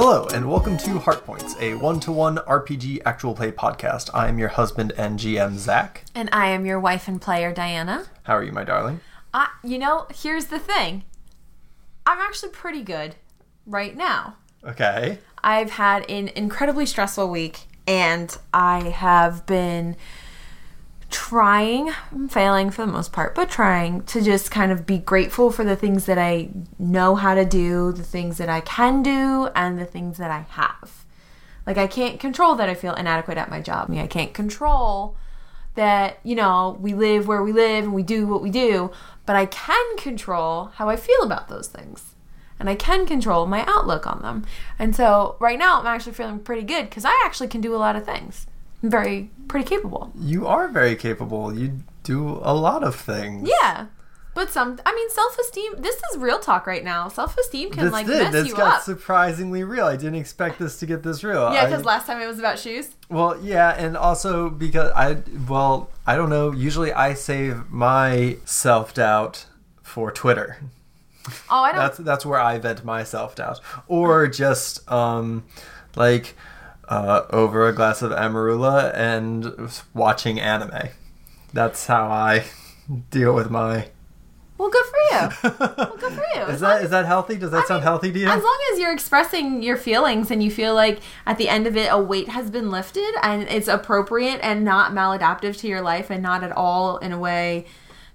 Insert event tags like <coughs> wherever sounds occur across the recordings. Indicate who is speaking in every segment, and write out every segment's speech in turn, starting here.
Speaker 1: Welcome to Heartpoints, a one-to-one RPG actual play podcast. I am your husband and GM Zach.
Speaker 2: And I am your wife and player, Diana.
Speaker 1: How are you, my darling?
Speaker 2: I, you know, here's the thing I'm actually pretty good right now.
Speaker 1: Okay.
Speaker 2: I've had an incredibly stressful week, and I have been trying, failing for the most part, but trying to just kind of be grateful for the things that I know how to do, the things that I can do, and the things that I have. Like, I can't control that I feel inadequate at my job. I, mean, I can't control that, you know, we live where we live and we do what we do, but I can control how I feel about those things. And I can control my outlook on them. And so right now I'm actually feeling pretty good because I actually can do a lot of things. I'm very, pretty capable.
Speaker 1: You are very capable. You do a lot of things.
Speaker 2: Yeah. But some, I mean, self esteem, this is real talk right now. Self esteem can
Speaker 1: This
Speaker 2: like
Speaker 1: did.
Speaker 2: mess
Speaker 1: This
Speaker 2: you
Speaker 1: got
Speaker 2: up.
Speaker 1: surprisingly real. I didn't expect this to get this real.
Speaker 2: yeah,
Speaker 1: I-
Speaker 2: because last time it was about shoes.
Speaker 1: Well, yeah, and also because I well, I don't know. Usually, I save my self doubt for Twitter.
Speaker 2: Oh, I don't.
Speaker 1: That's that's where I vent my self doubt, or just um, like uh, over a glass of Amarula and watching anime. That's how I <laughs> deal with my.
Speaker 2: well, good for
Speaker 1: <laughs>
Speaker 2: you.
Speaker 1: well, good
Speaker 2: for you.
Speaker 1: <laughs> Is that is that healthy? Does that
Speaker 2: I
Speaker 1: sound
Speaker 2: mean,
Speaker 1: healthy to you?
Speaker 2: As long as you're expressing your feelings and you feel like at the end of it a weight has been lifted and it's appropriate and not maladaptive to your life and not at all in a way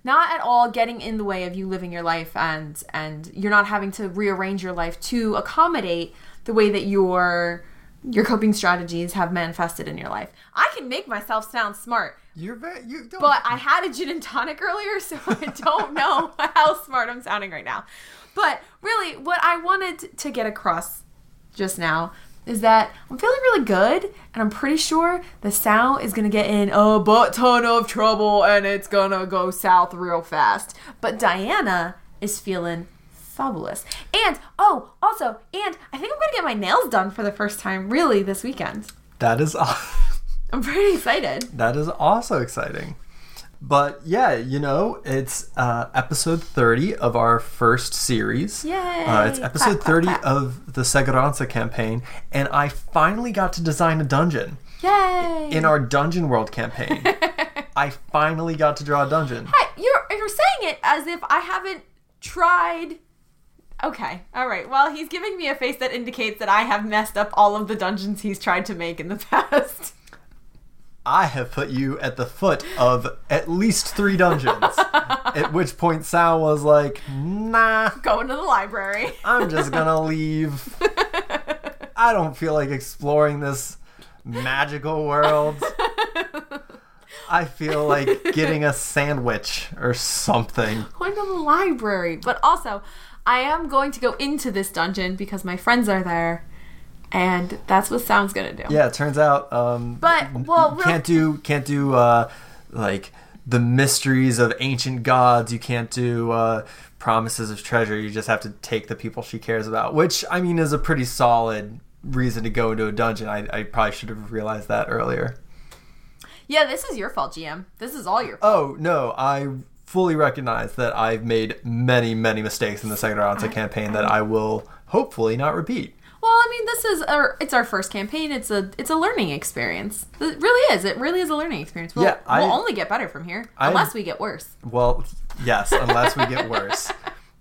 Speaker 2: not at all getting in the way of you living your life and and you're not having to rearrange your life to accommodate the way that your your coping strategies have manifested in your life. I can make myself sound smart,
Speaker 1: You're very. You don't.
Speaker 2: but I had a gin and tonic earlier, so I don't know how smart I'm sounding right now. But really, what I wanted to get across just now is that I'm feeling really good, and I'm pretty sure the sow is gonna get in a butt ton of trouble and it's gonna go south real fast. But Diana is feeling fabulous. And oh, also, and I think I'm gonna get my nails done for the first time really this weekend.
Speaker 1: that is. <laughs>
Speaker 2: I'm pretty excited.
Speaker 1: That is also exciting. But yeah, you know, it's uh, episode 30 of our first series.
Speaker 2: Yay!
Speaker 1: Uh, it's
Speaker 2: Clap,
Speaker 1: episode
Speaker 2: clap,
Speaker 1: 30
Speaker 2: clap.
Speaker 1: of the Seguranza campaign, and I finally got to design a dungeon
Speaker 2: Yay!
Speaker 1: in our Dungeon World campaign.
Speaker 2: <laughs>
Speaker 1: I finally got to draw a dungeon.
Speaker 2: I- you're you're saying it as if I haven't tried. Okay, all right. Well, he's giving me a face that indicates that I have messed up all of the dungeons he's tried to make in the <laughs> past.
Speaker 1: I have put you at the foot of at least three
Speaker 2: <laughs>
Speaker 1: dungeons. at which point, Sal was like, nah.
Speaker 2: Going to the library. <laughs>
Speaker 1: I'm just gonna leave. I don't feel like exploring this magical world. I feel like getting a sandwich or something.
Speaker 2: Going to the library, but also, I am going to go into this dungeon because my friends are there, and that's what Sound's gonna do.
Speaker 1: Yeah, it turns out. Um,
Speaker 2: But, well,
Speaker 1: you
Speaker 2: real-
Speaker 1: can't do can't do uh, like the mysteries of ancient gods. You can't do uh, promises of treasure. You just have to take the people she cares about, which I mean is a pretty solid reason to go into a dungeon. I, I probably should have realized that earlier.
Speaker 2: Yeah, this is your fault, GM. This is all your fault.
Speaker 1: Oh no, I fully recognize that I've made many, many mistakes in the second Anza campaign that I will hopefully not repeat.
Speaker 2: Well, I mean, this is our it's our first campaign. It's a it's a learning experience. It really is. It really is a learning experience. We'll,
Speaker 1: Yeah, I-
Speaker 2: we'll only get better from here,
Speaker 1: I-
Speaker 2: unless we get worse.
Speaker 1: Well, yes, unless we get worse.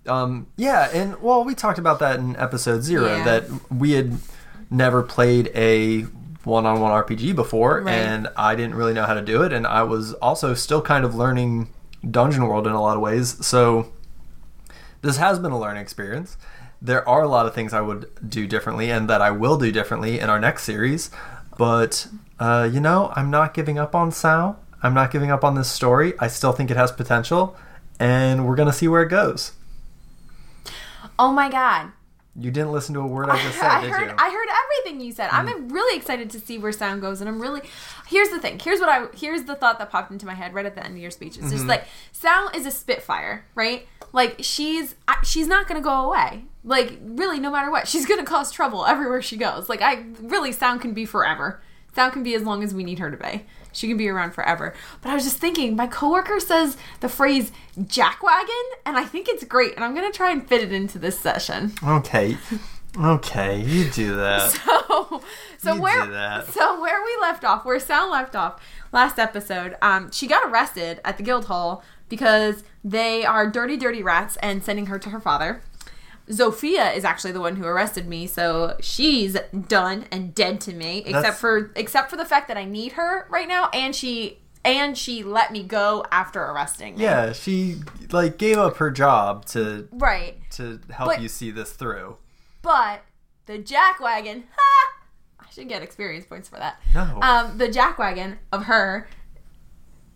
Speaker 1: Um, yeah, and well, we talked about that in episode zero
Speaker 2: Yeah.
Speaker 1: that we had never played a one-on-one RPG before,
Speaker 2: Right.
Speaker 1: and I didn't really know how to do it, and I was also still kind of learning Dungeon World in a lot of ways. So this has been a learning experience. There are a lot of things I would do differently, and that I will do differently in our next series. But uh, you know, I'm not giving up on Sal. I'm not giving up on this story. I still think it has potential, and we're gonna see where it goes.
Speaker 2: Oh my god!
Speaker 1: You didn't listen to a word I just said,
Speaker 2: <laughs> I
Speaker 1: did
Speaker 2: heard
Speaker 1: you? Hmm.
Speaker 2: I heard everything you said. I'm really excited to see where sound goes, and I'm really here's the thing. Here's what I here's the thought that popped into my head right at the end of your speech. It's
Speaker 1: Mm-hmm.
Speaker 2: just like sound is a spitfire, right? Like she's I, she's not gonna go away. Like really, no matter what, <laughs> she's gonna cause trouble everywhere she goes. Like I really, sound can be forever. Sound can be as long as we need her to be. She can be around forever. But I was just thinking, my coworker says the phrase jackwagon, and I think it's great, and I'm gonna try and fit it into this session.
Speaker 1: Okay. Okay, you do
Speaker 2: <laughs>
Speaker 1: that.
Speaker 2: so so
Speaker 1: You
Speaker 2: where
Speaker 1: do that.
Speaker 2: so where we left off, where Sal left off last episode, um, she got arrested at the Guildhall because they are dirty, dirty rats and sending her to her father. Zofia is actually the one who arrested me, so she's done and dead to me. Except
Speaker 1: That's-
Speaker 2: for except for the fact that I need her right now, and she and she let me go after arresting me.
Speaker 1: Yeah, she like gave up her job to
Speaker 2: Right.
Speaker 1: to help
Speaker 2: But-
Speaker 1: you see this through.
Speaker 2: But the jackwagon, ha! I should get experience points for that.
Speaker 1: No.
Speaker 2: Um, the jackwagon of her.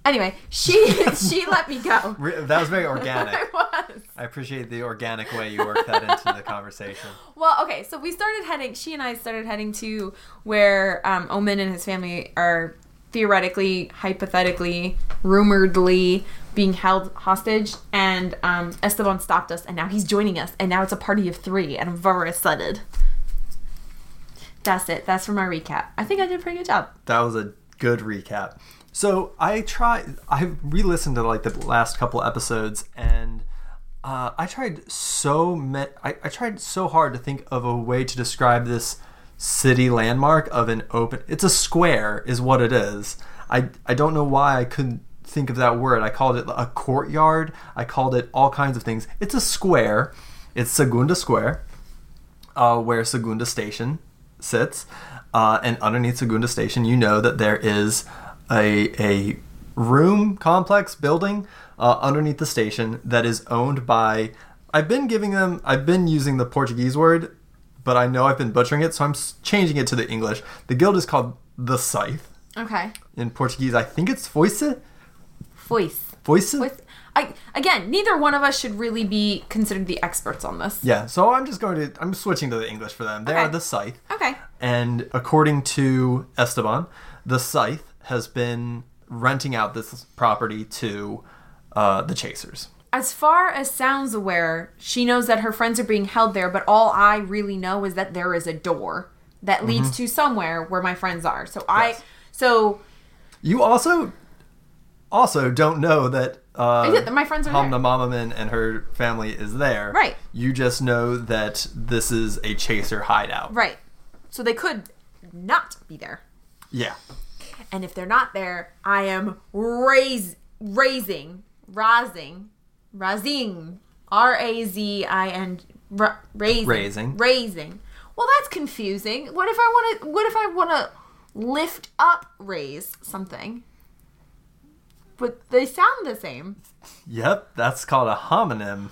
Speaker 2: Anyway, she she let me go.
Speaker 1: Re- that was very organic.
Speaker 2: <laughs> I <laughs> was.
Speaker 1: I appreciate the organic way you worked that into the conversation.
Speaker 2: Well, okay, so we started heading. She and I started heading to where um, Omen and his family are theoretically, hypothetically, rumoredly being held hostage. And um, Esteban stopped us, and now he's joining us. And now it's a party of three, and I'm very excited. That's it. That's for my recap. I think I did a pretty good job.
Speaker 1: That was a good recap. So I try. I re-listened to like the last couple episodes, and uh, I tried so me- I, I tried so hard to think of a way to describe this city landmark of an open. It's a square, is what it is. I I don't know why I couldn't think of that word. I called it a courtyard. I called it all kinds of things. It's a square. It's Segunda Square uh, where Segunda Station sits, uh, and underneath Segunda Station, you know that there is a a room complex building uh, underneath the station that is owned by. I've been giving them. I've been using the Portuguese word, but I know I've been butchering it, so I'm s- changing it to the English. The guild is called the Scythe
Speaker 2: Okay.
Speaker 1: in Portuguese. I think it's Foice.
Speaker 2: Voice.
Speaker 1: Foice.
Speaker 2: Voice. I, again, neither one of us should really be considered the experts on this.
Speaker 1: Yeah. So I'm just going to. I'm switching to the English for them. They are
Speaker 2: Okay.
Speaker 1: the Scythe.
Speaker 2: Okay.
Speaker 1: And according to Esteban, the Scythe has been renting out this property to uh, the Chasers.
Speaker 2: As far as sounds aware, she knows that her friends are being held there, but all I really know is that there is a door that leads to somewhere where my friends are. So I
Speaker 1: Yes.
Speaker 2: so
Speaker 1: You also also don't know that uh,
Speaker 2: Yeah, that my friends are
Speaker 1: Hamna
Speaker 2: there.
Speaker 1: Mamaman and her family is there.
Speaker 2: Right.
Speaker 1: You just know that this is a Chaser hideout.
Speaker 2: right. So they could not be there.
Speaker 1: Yeah.
Speaker 2: And if they're not there, I am raise raising, rising, rising, R A Z I N ra- raising,
Speaker 1: Raising.
Speaker 2: raising. Well, that's confusing. What if I want to? What if I want to lift up, raise something? But they sound the same.
Speaker 1: Yep. That's called a homonym.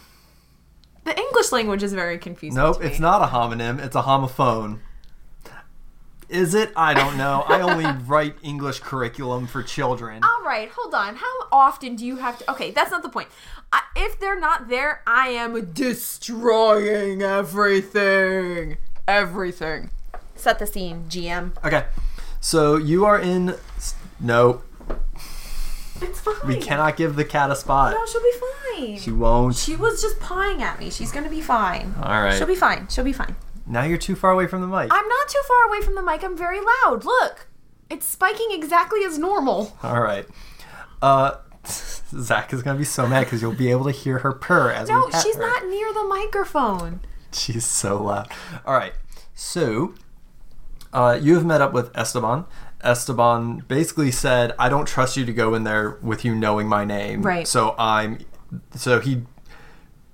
Speaker 2: The English language is very confusing.
Speaker 1: Nope,
Speaker 2: to me.
Speaker 1: it's not a homonym. It's a homophone. Is it? I don't know. I
Speaker 2: <laughs>
Speaker 1: only write English curriculum for children.
Speaker 2: All right, hold on. How often do you have to? Okay, that's not the point. I, if they're not there, I am destroying everything. Everything. Set the scene, GM.
Speaker 1: Okay, so you are in. No,
Speaker 2: It's fine.
Speaker 1: we cannot give the cat a spot.
Speaker 2: No, she'll be fine.
Speaker 1: She
Speaker 2: She,
Speaker 1: won't.
Speaker 2: was just pawing at me. She's gonna be fine.
Speaker 1: All right.
Speaker 2: She'll be fine. She'll be fine.
Speaker 1: Now you're too far away from the mic.
Speaker 2: I'm not too far away from the mic. I'm very loud. Look, it's spiking exactly as normal.
Speaker 1: All right. Uh, <laughs> Zach is gonna be so mad because you'll be able to hear her purr as
Speaker 2: No,
Speaker 1: we pet
Speaker 2: she's
Speaker 1: her.
Speaker 2: not near the microphone.
Speaker 1: She's so loud. All right. So, uh, you have met up with Esteban. Esteban basically said, "I don't trust you to go in there with you knowing my name."
Speaker 2: Right.
Speaker 1: So I'm. So he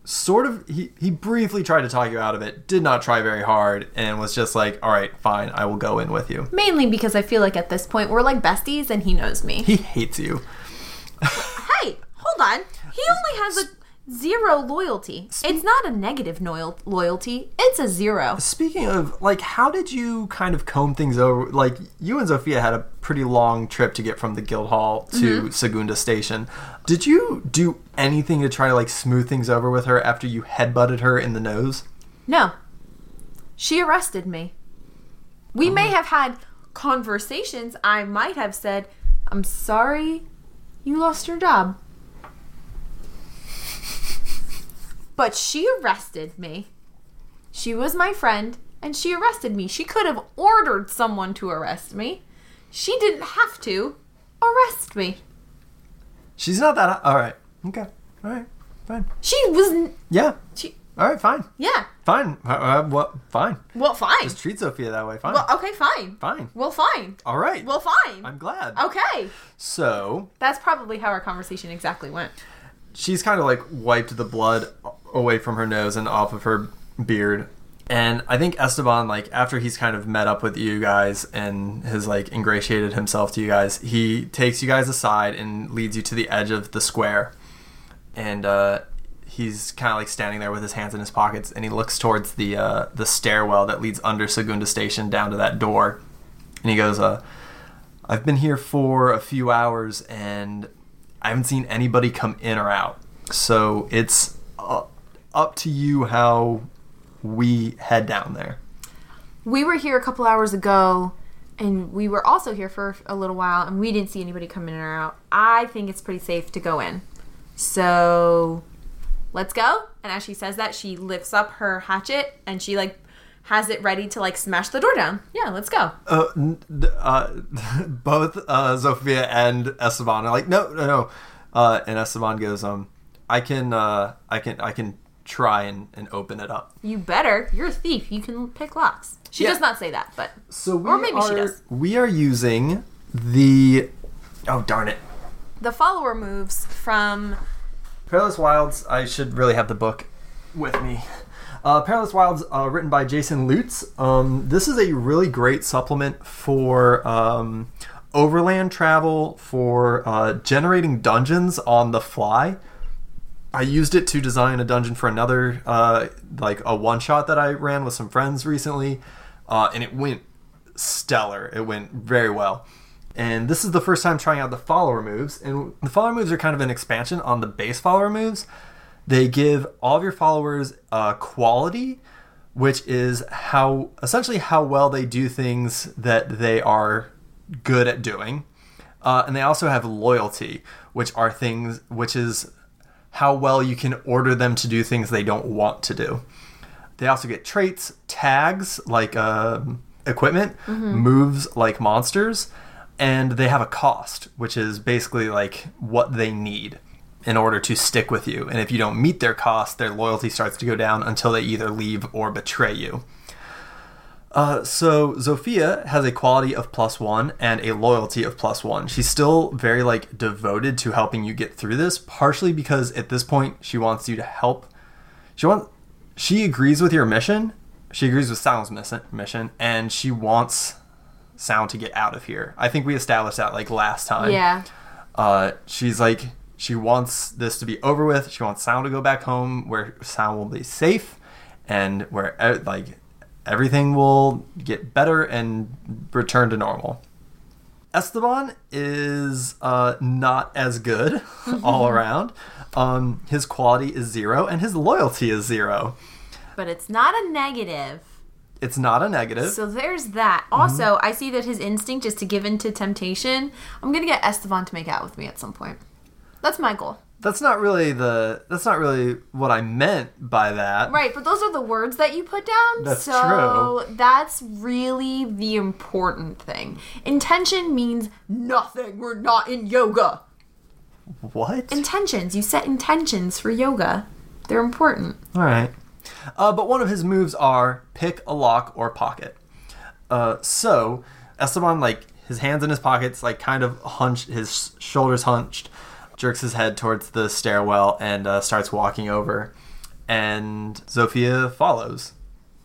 Speaker 1: sort of he, he briefly tried to talk you out of it did not try very hard and was just like all right fine i will go in with you
Speaker 2: Mainly because I feel like at this point we're like besties and he knows me.
Speaker 1: he hates you <laughs>
Speaker 2: Hey, hold on. He only has a zero loyalty. It's not a negative noil- loyalty. It's a zero.
Speaker 1: speaking of like how did you kind of comb things over like you and Zofia had a pretty long trip to get from the guildhall to
Speaker 2: Mm-hmm.
Speaker 1: segunda station did you do anything to try to like smooth things over with her after you headbutted her in the nose
Speaker 2: No. She arrested me. We may have had conversations. I might have said, "I'm sorry, you lost your job." But she arrested me. She was my friend and she arrested me. She could have ordered someone to arrest me. She didn't have to arrest me.
Speaker 1: she's not that all right okay all right fine
Speaker 2: She was. n-
Speaker 1: yeah
Speaker 2: She,
Speaker 1: All right, fine,
Speaker 2: Yeah.
Speaker 1: fine. Uh, uh, well, fine.
Speaker 2: Well, fine.
Speaker 1: Just treat Sophia that way. Fine,
Speaker 2: Well, okay, fine.
Speaker 1: fine.
Speaker 2: Well, fine.
Speaker 1: All right.
Speaker 2: Well, fine.
Speaker 1: I'm glad.
Speaker 2: okay.
Speaker 1: So
Speaker 2: That's probably how our conversation exactly went.
Speaker 1: she's kind of like wiped the blood away from her nose and off of her beard. And I think Esteban, like after he's kind of met up with you guys and has like ingratiated himself to you guys, he takes you guys aside and leads you to the edge of the square. And uh, he's kind of like standing there with his hands in his pockets, and he looks towards the uh, the stairwell that leads under Segunda Station down to that door. And he goes, uh, I've been here for a few hours and I haven't seen anybody come in or out. So it's uh, up to you how we head down there.
Speaker 2: We were here a couple hours ago, and we were also here for a little while, and we didn't see anybody come in or out. I think it's pretty safe to go in. So let's go. And as she says that, she lifts up her hatchet and she, like, has it ready to, like, smash the door down. Yeah, let's go.
Speaker 1: Uh, n- d- uh, <laughs> both uh, Sophia and Esteban are like, no, no, no. Uh, and Esteban goes, um, I can, uh, I can, I can try and, and open it up.
Speaker 2: You better. You're a thief. You can pick locks. She
Speaker 1: Yeah.
Speaker 2: does not say that, but
Speaker 1: So we
Speaker 2: Or maybe
Speaker 1: are,
Speaker 2: she does.
Speaker 1: we are using the, oh darn it,
Speaker 2: the follower moves from
Speaker 1: Perilous Wilds, I should really have the book with me. Uh, Perilous Wilds, uh, written by Jason Lutz. Um, this is a really great supplement for um, overland travel, for uh, generating dungeons on the fly. I used it to design a dungeon for another, uh, like a one shot that I ran with some friends recently, uh, and it went stellar. It went very well. And this is the first time trying out the follower moves, and the follower moves are kind of an expansion on the base follower moves. They give all of your followers uh, quality, which is how essentially how well they do things that they are good at doing. Uh, and they also have loyalty, which are things which is how well you can order them to do things they don't want to do. They also get traits, tags like um equipment, moves like monsters, and they have a cost, which is basically like what they need in order to stick with you. And if you don't meet their cost, their loyalty starts to go down until they either leave or betray you. Uh, so Zofia has a quality of plus one and a loyalty of plus one. She's still very like devoted to helping you get through this, partially because at this point she wants you to help. She wants she agrees with your mission. She agrees with Sound's miss- mission, and she wants Sound to get out of here. I think we established that like last time.
Speaker 2: yeah,
Speaker 1: Uh, she's like, she wants this to be over with. She wants Sound to go back home where Sound will be safe and where e- like everything will get better and return to normal. Esteban is uh, not as good
Speaker 2: Mm-hmm.
Speaker 1: all around. Um, his quality is zero and his loyalty is zero.
Speaker 2: but it's not a negative.
Speaker 1: It's not a negative.
Speaker 2: So there's that. Also, I see that his instinct is to give in to temptation. I'm gonna get Esteban to make out with me at some point. That's my goal.
Speaker 1: that's not really the. That's not really what I meant by that.
Speaker 2: Right, but those are the words that you put down.
Speaker 1: That's
Speaker 2: so that's really the important thing. Intention means nothing. We're not in yoga.
Speaker 1: What?
Speaker 2: Intentions. You set intentions for yoga. They're important.
Speaker 1: All right. Uh, but one of his moves are pick a lock or pocket. Uh, so Esteban, like his hands in his pockets, like kind of hunched, his shoulders hunched, jerks his head towards the stairwell and uh, starts walking over. And Zofia follows,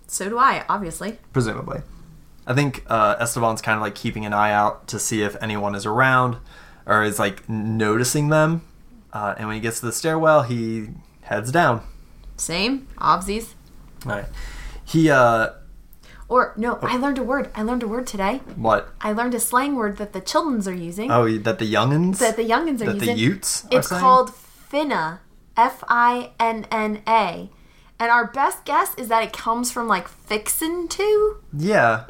Speaker 2: So do I, obviously.
Speaker 1: presumably. I think uh, Esteban's kind of like keeping an eye out to see if anyone is around or is like noticing them. Uh, and when he gets to the stairwell, he heads down.
Speaker 2: Same. Obsies.
Speaker 1: All right. He, uh,
Speaker 2: Or no, I learned a word. I learned a word today.
Speaker 1: what?
Speaker 2: I learned a slang word that the childrens are using.
Speaker 1: Oh, that the youngins,
Speaker 2: that the youngins are
Speaker 1: that
Speaker 2: using.
Speaker 1: the Utes. are
Speaker 2: It's
Speaker 1: saying?
Speaker 2: called finna, F I N N A, and our best guess is that it comes from like fixin' to.
Speaker 1: Yeah,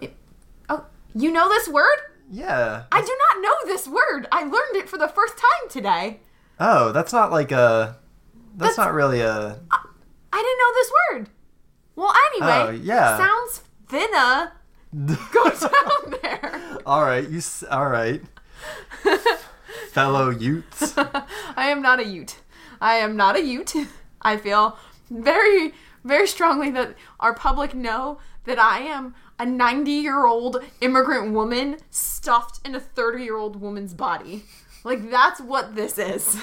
Speaker 2: Oh, you know this word?
Speaker 1: yeah.
Speaker 2: I do not know this word. I learned it for the first time today.
Speaker 1: oh, that's not like a. That's,
Speaker 2: That's-
Speaker 1: not really a.
Speaker 2: I didn't know this word. Well, anyway,
Speaker 1: Oh, yeah.
Speaker 2: sounds finna. <laughs> Go down there.
Speaker 1: <laughs> all right, you. s- All right, <laughs> fellow Utes.
Speaker 2: I am not a Ute. I am not a Ute. I feel very very strongly that our public know that I am a 90 year old immigrant woman stuffed in a 30 year old woman's body. Like, that's what this is. <laughs>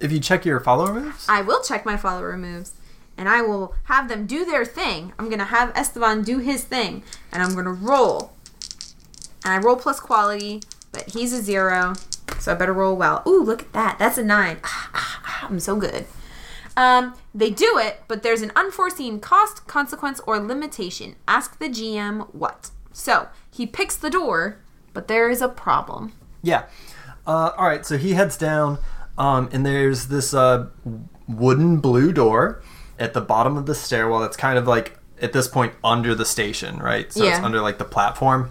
Speaker 1: If you check your follower moves,
Speaker 2: I will check my follower moves and I will have them do their thing. I'm going to have Esteban do his thing and I'm going to roll. And I roll plus quality, but he's a zero, so I better roll well. Ooh, look at that. That's a nine. Ah, ah, ah, I'm so good. Um, they do it, but there's an unforeseen cost, consequence, or limitation. Ask the GM what. So he picks the door, but there is a problem.
Speaker 1: yeah. Uh, all right, so he heads down, um, and there's this uh, wooden blue door at the bottom of the stairwell. That's kind of like at this point under the station, right? So it's
Speaker 2: Yeah.
Speaker 1: under like the platform.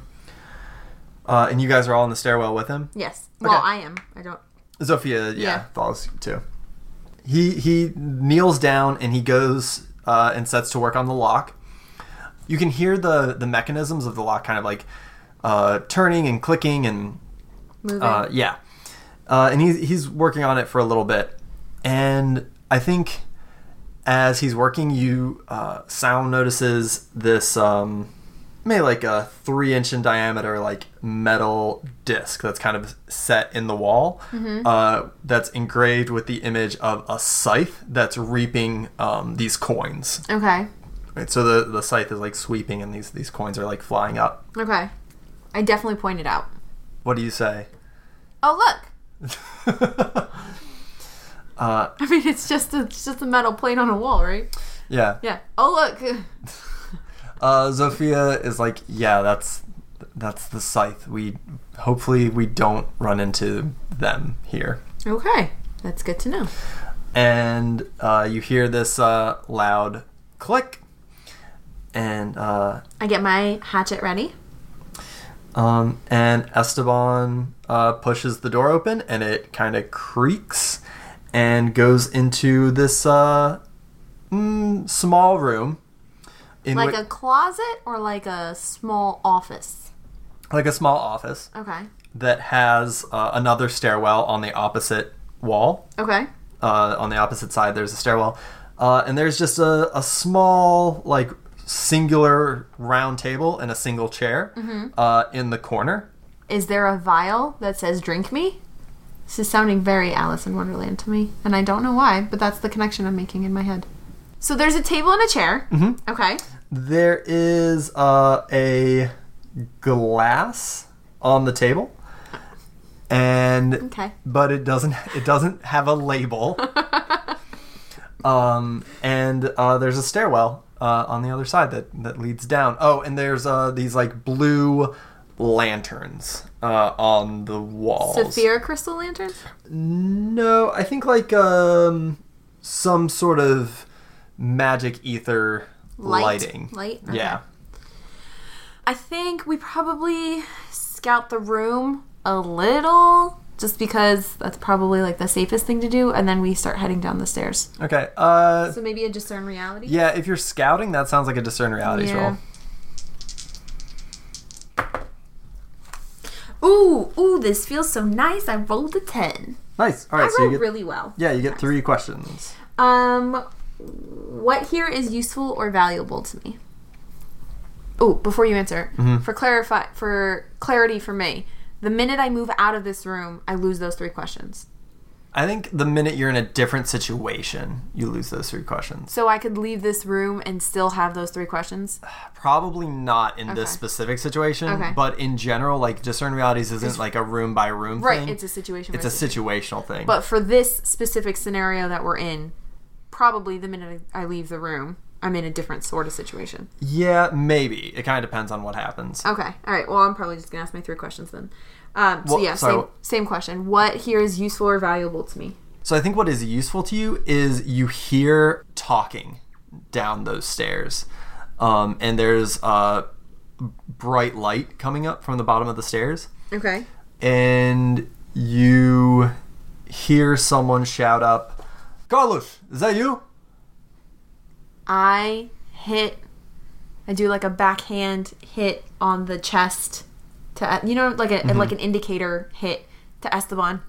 Speaker 1: Uh, and you guys are all in the stairwell with him.
Speaker 2: Yes. Well,
Speaker 1: Okay.
Speaker 2: I am. I don't.
Speaker 1: Zofia, yeah,
Speaker 2: Yeah.
Speaker 1: follows too. He he kneels down and he goes uh, and sets to work on the lock. You can hear the the mechanisms of the lock kind of like uh, turning and clicking and
Speaker 2: Moving.
Speaker 1: uh, yeah, uh, and he's he's working on it for a little bit, and I think as he's working, you uh, sound notices this um, maybe like a three inch in diameter like metal disc that's kind of set in the wall uh, that's engraved with the image of a scythe that's reaping um, these coins.
Speaker 2: okay.
Speaker 1: Right, so the the scythe is like sweeping, and these these coins are like flying up.
Speaker 2: Okay. I definitely pointed out.
Speaker 1: What do you say? <laughs>
Speaker 2: Oh look. <laughs>
Speaker 1: Uh,
Speaker 2: I mean, it's just a, it's just a metal plate on a wall, right?
Speaker 1: Yeah.
Speaker 2: Yeah. Oh look. <laughs>
Speaker 1: Uh, Zofia is like, yeah, that's that's the scythe. We hopefully we don't run into them here.
Speaker 2: Okay, that's good to know.
Speaker 1: And uh, you hear this uh, loud click, and uh,
Speaker 2: I get my hatchet ready.
Speaker 1: um, and Esteban uh, pushes the door open, and it kind of creaks, and goes into this uh, mm, small room, in
Speaker 2: Like
Speaker 1: whi-
Speaker 2: a closet or like a small office.
Speaker 1: like a small office
Speaker 2: Okay.
Speaker 1: that has uh, another stairwell on the opposite wall.
Speaker 2: Okay.
Speaker 1: uh, on the opposite side there's a stairwell uh, and there's just a, a small like singular round table and a single chair uh, in the corner
Speaker 2: Is there a vial that says "Drink me"? This is sounding very Alice in Wonderland to me, and I don't know why, but that's the connection I'm making in my head. So there's a table and a chair. Mm-hmm. Okay.
Speaker 1: there is uh, a glass on the table and
Speaker 2: Okay.
Speaker 1: but it doesn't it doesn't have a
Speaker 2: <laughs>
Speaker 1: label um, and uh, there's a stairwell uh, on the other side that that leads down oh and there's uh, these like blue lanterns uh, on the walls
Speaker 2: Saphira crystal lanterns.
Speaker 1: no i think like um, some sort of magic ether
Speaker 2: Light?
Speaker 1: lighting
Speaker 2: Light?
Speaker 1: yeah
Speaker 2: I think we probably scout the room a little just because that's probably like the safest thing to do and then we start heading down the stairs.
Speaker 1: okay uh,
Speaker 2: So maybe a discern reality?
Speaker 1: yeah if you're scouting that sounds like a discern realities
Speaker 2: Yeah.
Speaker 1: roll
Speaker 2: Ooh, ooh, this feels so nice. I rolled a 10.
Speaker 1: nice all right
Speaker 2: I
Speaker 1: so you
Speaker 2: rolled
Speaker 1: get
Speaker 2: really well.
Speaker 1: yeah you get three questions
Speaker 2: Um what here is useful or valuable to me? Oh, before you answer,
Speaker 1: Mm-hmm.
Speaker 2: for clarify for clarity for me, the minute I move out of this room, I lose those three questions.
Speaker 1: I think the minute you're in a different situation, you lose those three questions.
Speaker 2: So I could leave this room and still have those three questions.
Speaker 1: Probably not in this
Speaker 2: Okay.
Speaker 1: specific situation,
Speaker 2: Okay.
Speaker 1: but in general, like discern realities isn't like a room by room
Speaker 2: Right,
Speaker 1: thing.
Speaker 2: it's a situation.
Speaker 1: it's a situational thing.
Speaker 2: but for this specific scenario that we're in, probably the minute I leave the room, I'm in a different sort of situation.
Speaker 1: yeah, maybe it kind of depends on what happens.
Speaker 2: Okay, all right. Well, I'm probably just gonna ask my three questions then. Um, so
Speaker 1: Well,
Speaker 2: yeah,
Speaker 1: sorry,
Speaker 2: same,
Speaker 1: what-
Speaker 2: same question. What here is useful or valuable to me?
Speaker 1: So I think what is useful to you is you hear talking down those stairs, um, and there's uh, bright light coming up from the bottom of the stairs.
Speaker 2: Okay.
Speaker 1: and you hear someone shout up, Carlos, is that you?
Speaker 2: I hit. I do like a backhand hit on the chest to you know like a
Speaker 1: Mm-hmm.
Speaker 2: like an indicator hit to Esteban.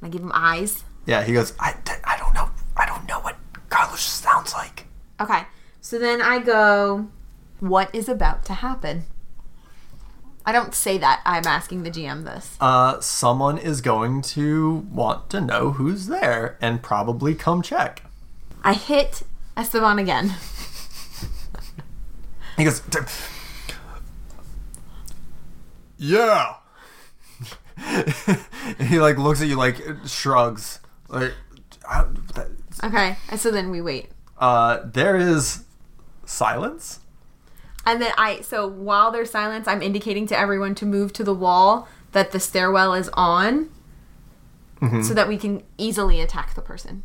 Speaker 2: And I give him eyes.
Speaker 1: Yeah, he goes, I, I don't know. I don't know what Carlos sounds like.
Speaker 2: Okay. So then I go, what is about to happen? I don't say that. I'm asking the GM this.
Speaker 1: Uh, someone is going to want to know who's there and probably come check.
Speaker 2: I hit Esteban again. <laughs>
Speaker 1: He goes, "T- yeah. <laughs> he like looks at you like shrugs. Like, I, that,
Speaker 2: Okay. And so then we wait.
Speaker 1: uh, there is silence.
Speaker 2: And then I, so while there's silence, I'm indicating to everyone to move to the wall that the stairwell is on so that we can easily attack the person.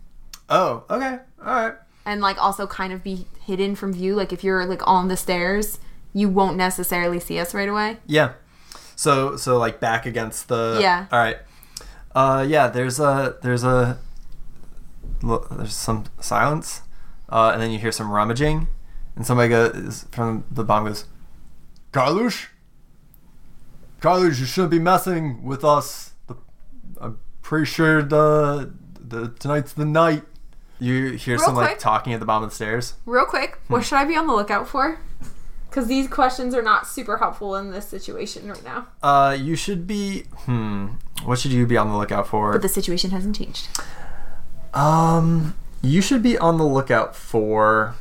Speaker 1: Oh, okay, all right.
Speaker 2: And like also kind of be hidden from view. Like if you're like on the stairs, you won't necessarily see us right away.
Speaker 1: Yeah. So so like back against the
Speaker 2: Yeah.
Speaker 1: All right. Uh yeah, there's a there's a look, there's some silence. Uh and then you hear some rummaging and somebody goes from the bomb goes Carlush Carlush, you shouldn't be messing with us. The, I'm pretty sure the the tonight's the night. You hear some like
Speaker 2: quick.
Speaker 1: talking at the bottom of the stairs.
Speaker 2: Real quick,
Speaker 1: Hmm.
Speaker 2: what should I be on the lookout for? Because these questions are not super helpful in this situation right now.
Speaker 1: Uh you should be hmm what should you be on the lookout for?
Speaker 2: But the situation hasn't changed.
Speaker 1: Um, you should be on the lookout for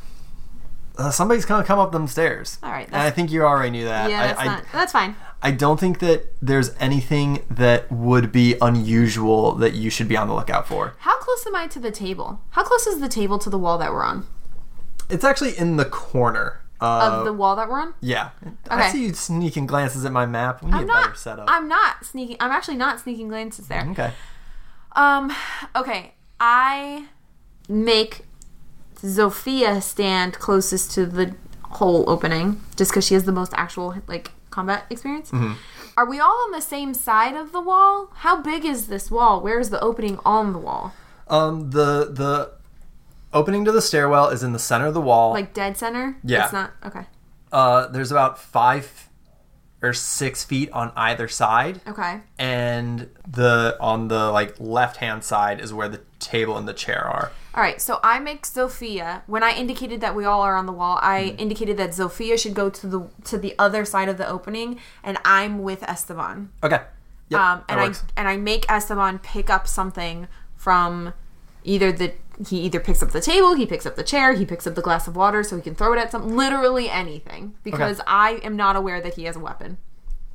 Speaker 1: uh, somebody's gonna come up them stairs.
Speaker 2: All right,
Speaker 1: and
Speaker 2: that's-
Speaker 1: I think you already knew that.
Speaker 2: Yeah,
Speaker 1: I,
Speaker 2: that's
Speaker 1: I,
Speaker 2: not. That's fine.
Speaker 1: I don't think that there's anything that would be unusual that you should be on the lookout for.
Speaker 2: How close am I to the table? How close is the table to the wall that we're on?
Speaker 1: It's actually in the corner.
Speaker 2: Of
Speaker 1: Uh,
Speaker 2: the wall that we're on?
Speaker 1: yeah, I
Speaker 2: Okay.
Speaker 1: see you sneaking glances at my map. We need
Speaker 2: I'm
Speaker 1: a
Speaker 2: not.
Speaker 1: better setup.
Speaker 2: I'm not sneaking. I'm actually not sneaking glances there.
Speaker 1: okay.
Speaker 2: Um. Okay. I make Zofia stand closest to the hole opening, just because she has the most actual like combat experience. Are we all on the same side of the wall? How big is this wall? Where's the opening on the wall?
Speaker 1: Um, the the opening to the stairwell is in the center of the wall.
Speaker 2: Like dead center?
Speaker 1: Yeah.
Speaker 2: It's not okay.
Speaker 1: uh, there's about five or six feet on either side.
Speaker 2: Okay.
Speaker 1: and the on the like left hand side is where the table and the chair are.
Speaker 2: All right, so I make Zofia. When I indicated that we all are on the wall, I indicated that Zofia should go to the to the other side of the opening, and I'm with Esteban.
Speaker 1: Okay. Yep,
Speaker 2: um,
Speaker 1: that
Speaker 2: and I
Speaker 1: works.
Speaker 2: and I make Esteban pick up something from either the he either picks up the table, he picks up the chair, he picks up the glass of water, so he can throw it at some literally anything because I am not aware that he has a weapon.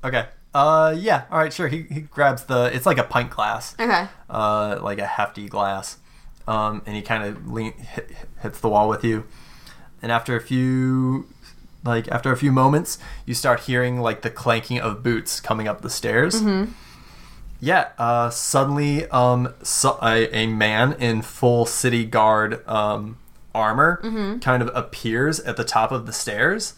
Speaker 1: okay. Uh, yeah. All right. Sure. He he grabs the. It's like a pint glass.
Speaker 2: Okay.
Speaker 1: Uh, like a hefty glass. Um, and he kind of lean hit, hits the wall with you, and after a few. Like after a few moments, you start hearing like the clanking of boots coming up the stairs. Yeah, uh, suddenly um, so- a, a man in full city guard um, armor kind of appears at the top of the stairs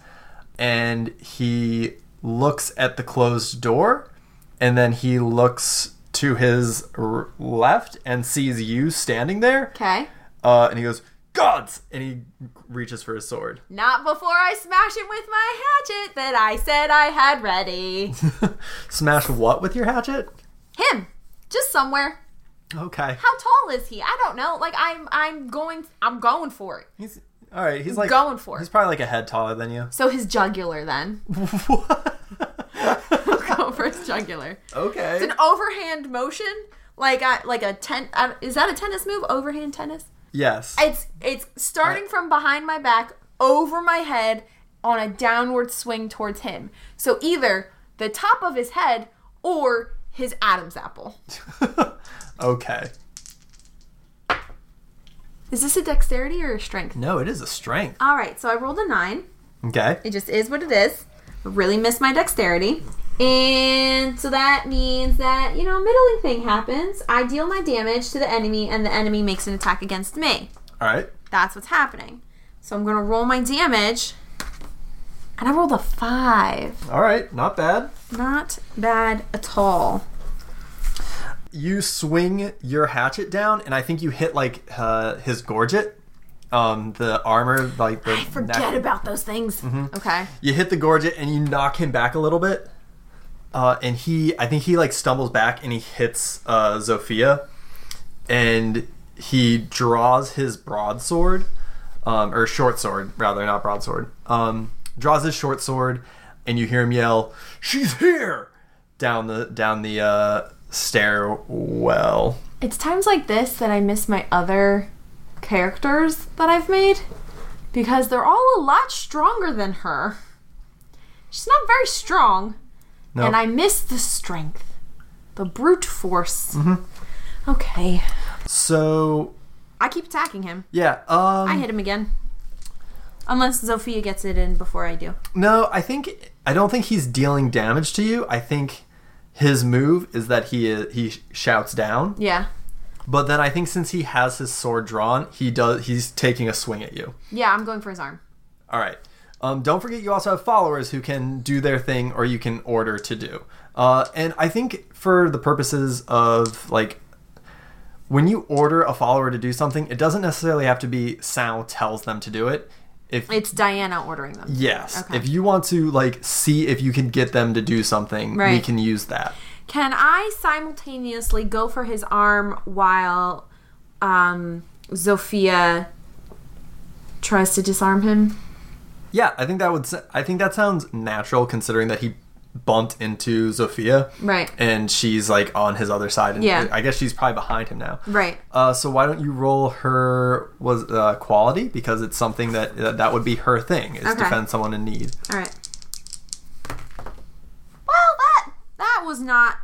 Speaker 1: and he looks at the closed door and then he looks to his r- left and sees you standing there
Speaker 2: Okay.
Speaker 1: uh, and he goes, Gods! And he reaches for his sword. <laughs>
Speaker 2: Not before I smash him with my hatchet that I said I
Speaker 1: <laughs>
Speaker 2: had ready.
Speaker 1: Smash what with your hatchet?
Speaker 2: him just somewhere
Speaker 1: Okay.
Speaker 2: how tall is he i don't know like i'm i'm going i'm going for it
Speaker 1: He's, all right, he's like.
Speaker 2: Going for it.
Speaker 1: He's probably like a head taller than <laughs> you.
Speaker 2: so his jugular then <laughs> go for his jugular
Speaker 1: okay.
Speaker 2: an overhand motion like I, like a ten I, is that a tennis move overhand tennis
Speaker 1: yes.
Speaker 2: it's it's starting from behind my back over my head on a downward swing towards him so either the top of his head or his adam's apple
Speaker 1: <laughs> okay.
Speaker 2: is this a dexterity or a strength
Speaker 1: No, it is a strength.
Speaker 2: all right so i rolled a nine
Speaker 1: Okay.
Speaker 2: It just is what it is. Really miss my dexterity. And so that means that, you know, a middling thing happens. I deal my damage to the enemy, and the enemy makes an attack against me.
Speaker 1: All right.
Speaker 2: That's what's happening. So I'm going to roll my damage. And I rolled a five.
Speaker 1: All right. Not bad.
Speaker 2: Not bad at all.
Speaker 1: You swing your hatchet down, and I think you hit like uh, his gorget, um, the armor, like the.
Speaker 2: I forget about those things. Okay.
Speaker 1: You hit the gorget, and you knock him back a little bit. Uh, and he, I think he like stumbles back, and he hits uh, Zofia, and he draws his broadsword. um, or short sword rather, not broadsword. Um, draws his short sword, and you hear him yell, "She's here!" down the down the uh, stairwell.
Speaker 2: It's times like this that I miss my other characters that I've made because they're all a lot stronger than her. She's not very strong,
Speaker 1: No,
Speaker 2: and I miss the strength, the brute force. Okay.
Speaker 1: so
Speaker 2: I keep attacking him.
Speaker 1: yeah. Um,
Speaker 2: I hit him again. Unless Zofia gets it in before I do.
Speaker 1: No, I think I don't think he's dealing damage to you. I think his move is that he uh, he shouts down,
Speaker 2: Yeah.
Speaker 1: but then I think since he has his sword drawn, he does he's taking a swing at you.
Speaker 2: Yeah, I'm going for his arm.
Speaker 1: All right. Um, don't forget you also have followers who can do their thing or you can order to do. Uh, and I think for the purposes of like when you order a follower to do something, it doesn't necessarily have to be Sal tells them to do it. If
Speaker 2: It's Diana ordering them.
Speaker 1: Yes.
Speaker 2: Okay.
Speaker 1: If you want to like see if you can get them to do something, we
Speaker 2: Right.
Speaker 1: can use that.
Speaker 2: Can I simultaneously go for his arm while um, Zofia tries to disarm him?
Speaker 1: Yeah, I think that would. s- I think that sounds natural considering that he bumped into Zofia,
Speaker 2: Right.
Speaker 1: And she's like on his other side, and
Speaker 2: Yeah.
Speaker 1: I guess she's probably behind him now,
Speaker 2: Right.
Speaker 1: Uh, so why don't you roll her was uh, quality because it's something that that, that would be her thing is
Speaker 2: Okay.
Speaker 1: defend someone in need.
Speaker 2: All right. Well, that that was not.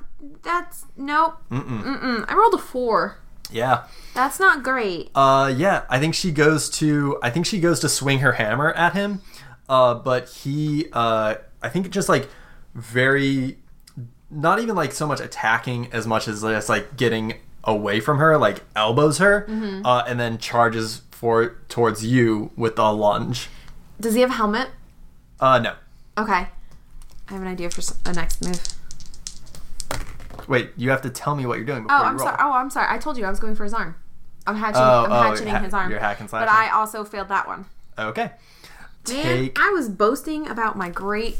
Speaker 2: That's nope. Mm mm. I rolled a four.
Speaker 1: Yeah.
Speaker 2: That's not great.
Speaker 1: Uh, yeah, I think she goes to I think she goes to swing her hammer at him, uh, but he uh, I think just like very not even like so much attacking as much as just like getting away from her, like elbows her,
Speaker 2: Mm-hmm.
Speaker 1: uh, and then charges for towards you with a lunge.
Speaker 2: Does he have a helmet?
Speaker 1: Uh, no,
Speaker 2: Okay. I have an idea for s- a next move.
Speaker 1: wait, you have to tell me what you're doing before
Speaker 2: Oh,
Speaker 1: you
Speaker 2: I'm
Speaker 1: roll.
Speaker 2: sorry. Oh, I'm sorry. I told you I was going for his arm. I'm hatching.
Speaker 1: Oh, oh,
Speaker 2: I'm hatcheting
Speaker 1: ha-
Speaker 2: his arm.
Speaker 1: you're hack and
Speaker 2: But
Speaker 1: slashing.
Speaker 2: I also failed that one.
Speaker 1: Okay,
Speaker 2: Man,
Speaker 1: Take-
Speaker 2: I was boasting about my great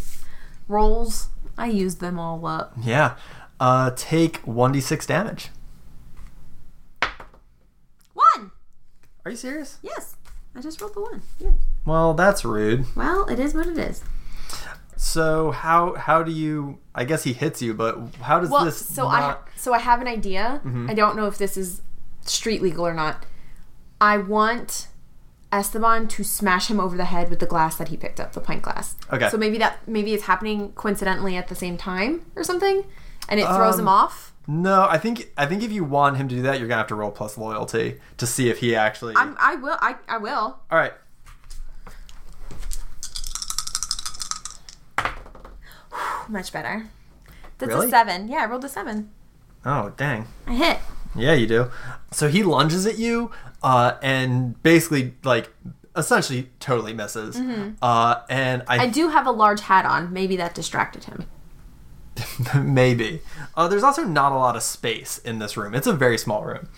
Speaker 2: rolls. I used them all up.
Speaker 1: yeah, uh, take one d six damage.
Speaker 2: One.
Speaker 1: Are you serious?
Speaker 2: Yes. I just rolled the one. Yeah.
Speaker 1: Well, that's rude.
Speaker 2: Well, it is what it is.
Speaker 1: So how how do you? I guess he hits you, but how does
Speaker 2: Well,
Speaker 1: this? Mm-hmm.
Speaker 2: so
Speaker 1: not-
Speaker 2: I so I have an idea. I don't know if this is street legal or not. I want Esteban to smash him over the head with the glass that he picked up, the pint glass.
Speaker 1: Okay.
Speaker 2: So maybe that maybe it's happening coincidentally at the same time or something, and it throws him
Speaker 1: Um,
Speaker 2: off.
Speaker 1: no. I think I think if you want him to do that, you're gonna have to roll plus loyalty to see if he actually.
Speaker 2: I'm, I will. I, I will.
Speaker 1: All right.
Speaker 2: Much better. That's
Speaker 1: Really?
Speaker 2: a seven. Yeah, I rolled a seven.
Speaker 1: Oh dang.
Speaker 2: I hit.
Speaker 1: Yeah, you do. So he lunges at you, uh, and basically like essentially totally misses. Uh, and
Speaker 2: Mm-hmm. I
Speaker 1: I,
Speaker 2: do have a large hat on. Maybe that distracted him.
Speaker 1: <laughs> maybe uh, there's also not a lot of space in this room. It's a very small room,